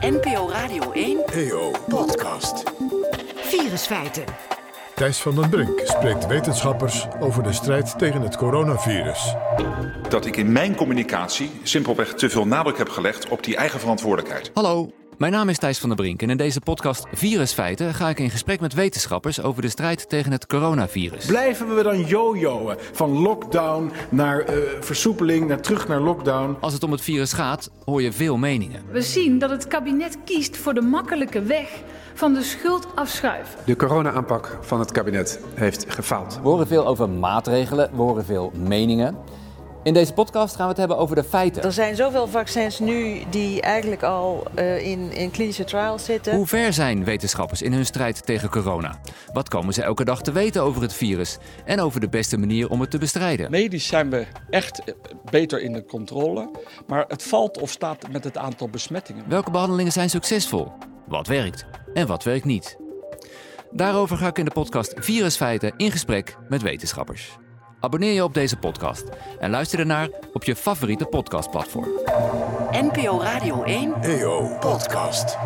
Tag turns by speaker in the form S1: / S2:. S1: NPO Radio 1
S2: EO E Podcast.
S3: Virusfeiten.
S2: Thijs van den Brink spreekt wetenschappers over de strijd tegen het coronavirus.
S4: dat ik in mijn communicatie simpelweg te veel nadruk heb gelegd op die eigen verantwoordelijkheid.
S5: Hallo, mijn naam is Thijs van der Brink en in deze podcast Virusfeiten ga ik in gesprek met wetenschappers over de strijd tegen het coronavirus.
S6: Blijven we dan jojoen van lockdown naar eh, versoepeling, naar terug naar lockdown?
S5: Als het om het virus gaat, hoor je veel meningen.
S7: We zien dat het kabinet kiest voor de makkelijke weg van de schuld afschuiven.
S8: De corona-aanpak van het kabinet heeft gefaald.
S5: We horen veel over maatregelen, we horen veel meningen. In deze podcast gaan we het hebben over de feiten.
S9: Er zijn zoveel vaccins Dus nu die eigenlijk al eh, in, in klinische trials zitten.
S5: Hoe ver zijn wetenschappers in hun strijd tegen corona? Wat komen ze elke dag te weten over het virus en over de beste manier om het te bestrijden?
S10: Medisch zijn we echt eh, beter in de controle, maar het valt of staat met het aantal besmettingen.
S5: Welke behandelingen zijn succesvol? Wat werkt en wat werkt niet? Daarover ga ik in de podcast Virusfeiten in gesprek met wetenschappers. Abonneer je op deze podcast en luister ernaar op je favoriete podcastplatform.
S1: NPO Radio 1
S2: EO E Podcast.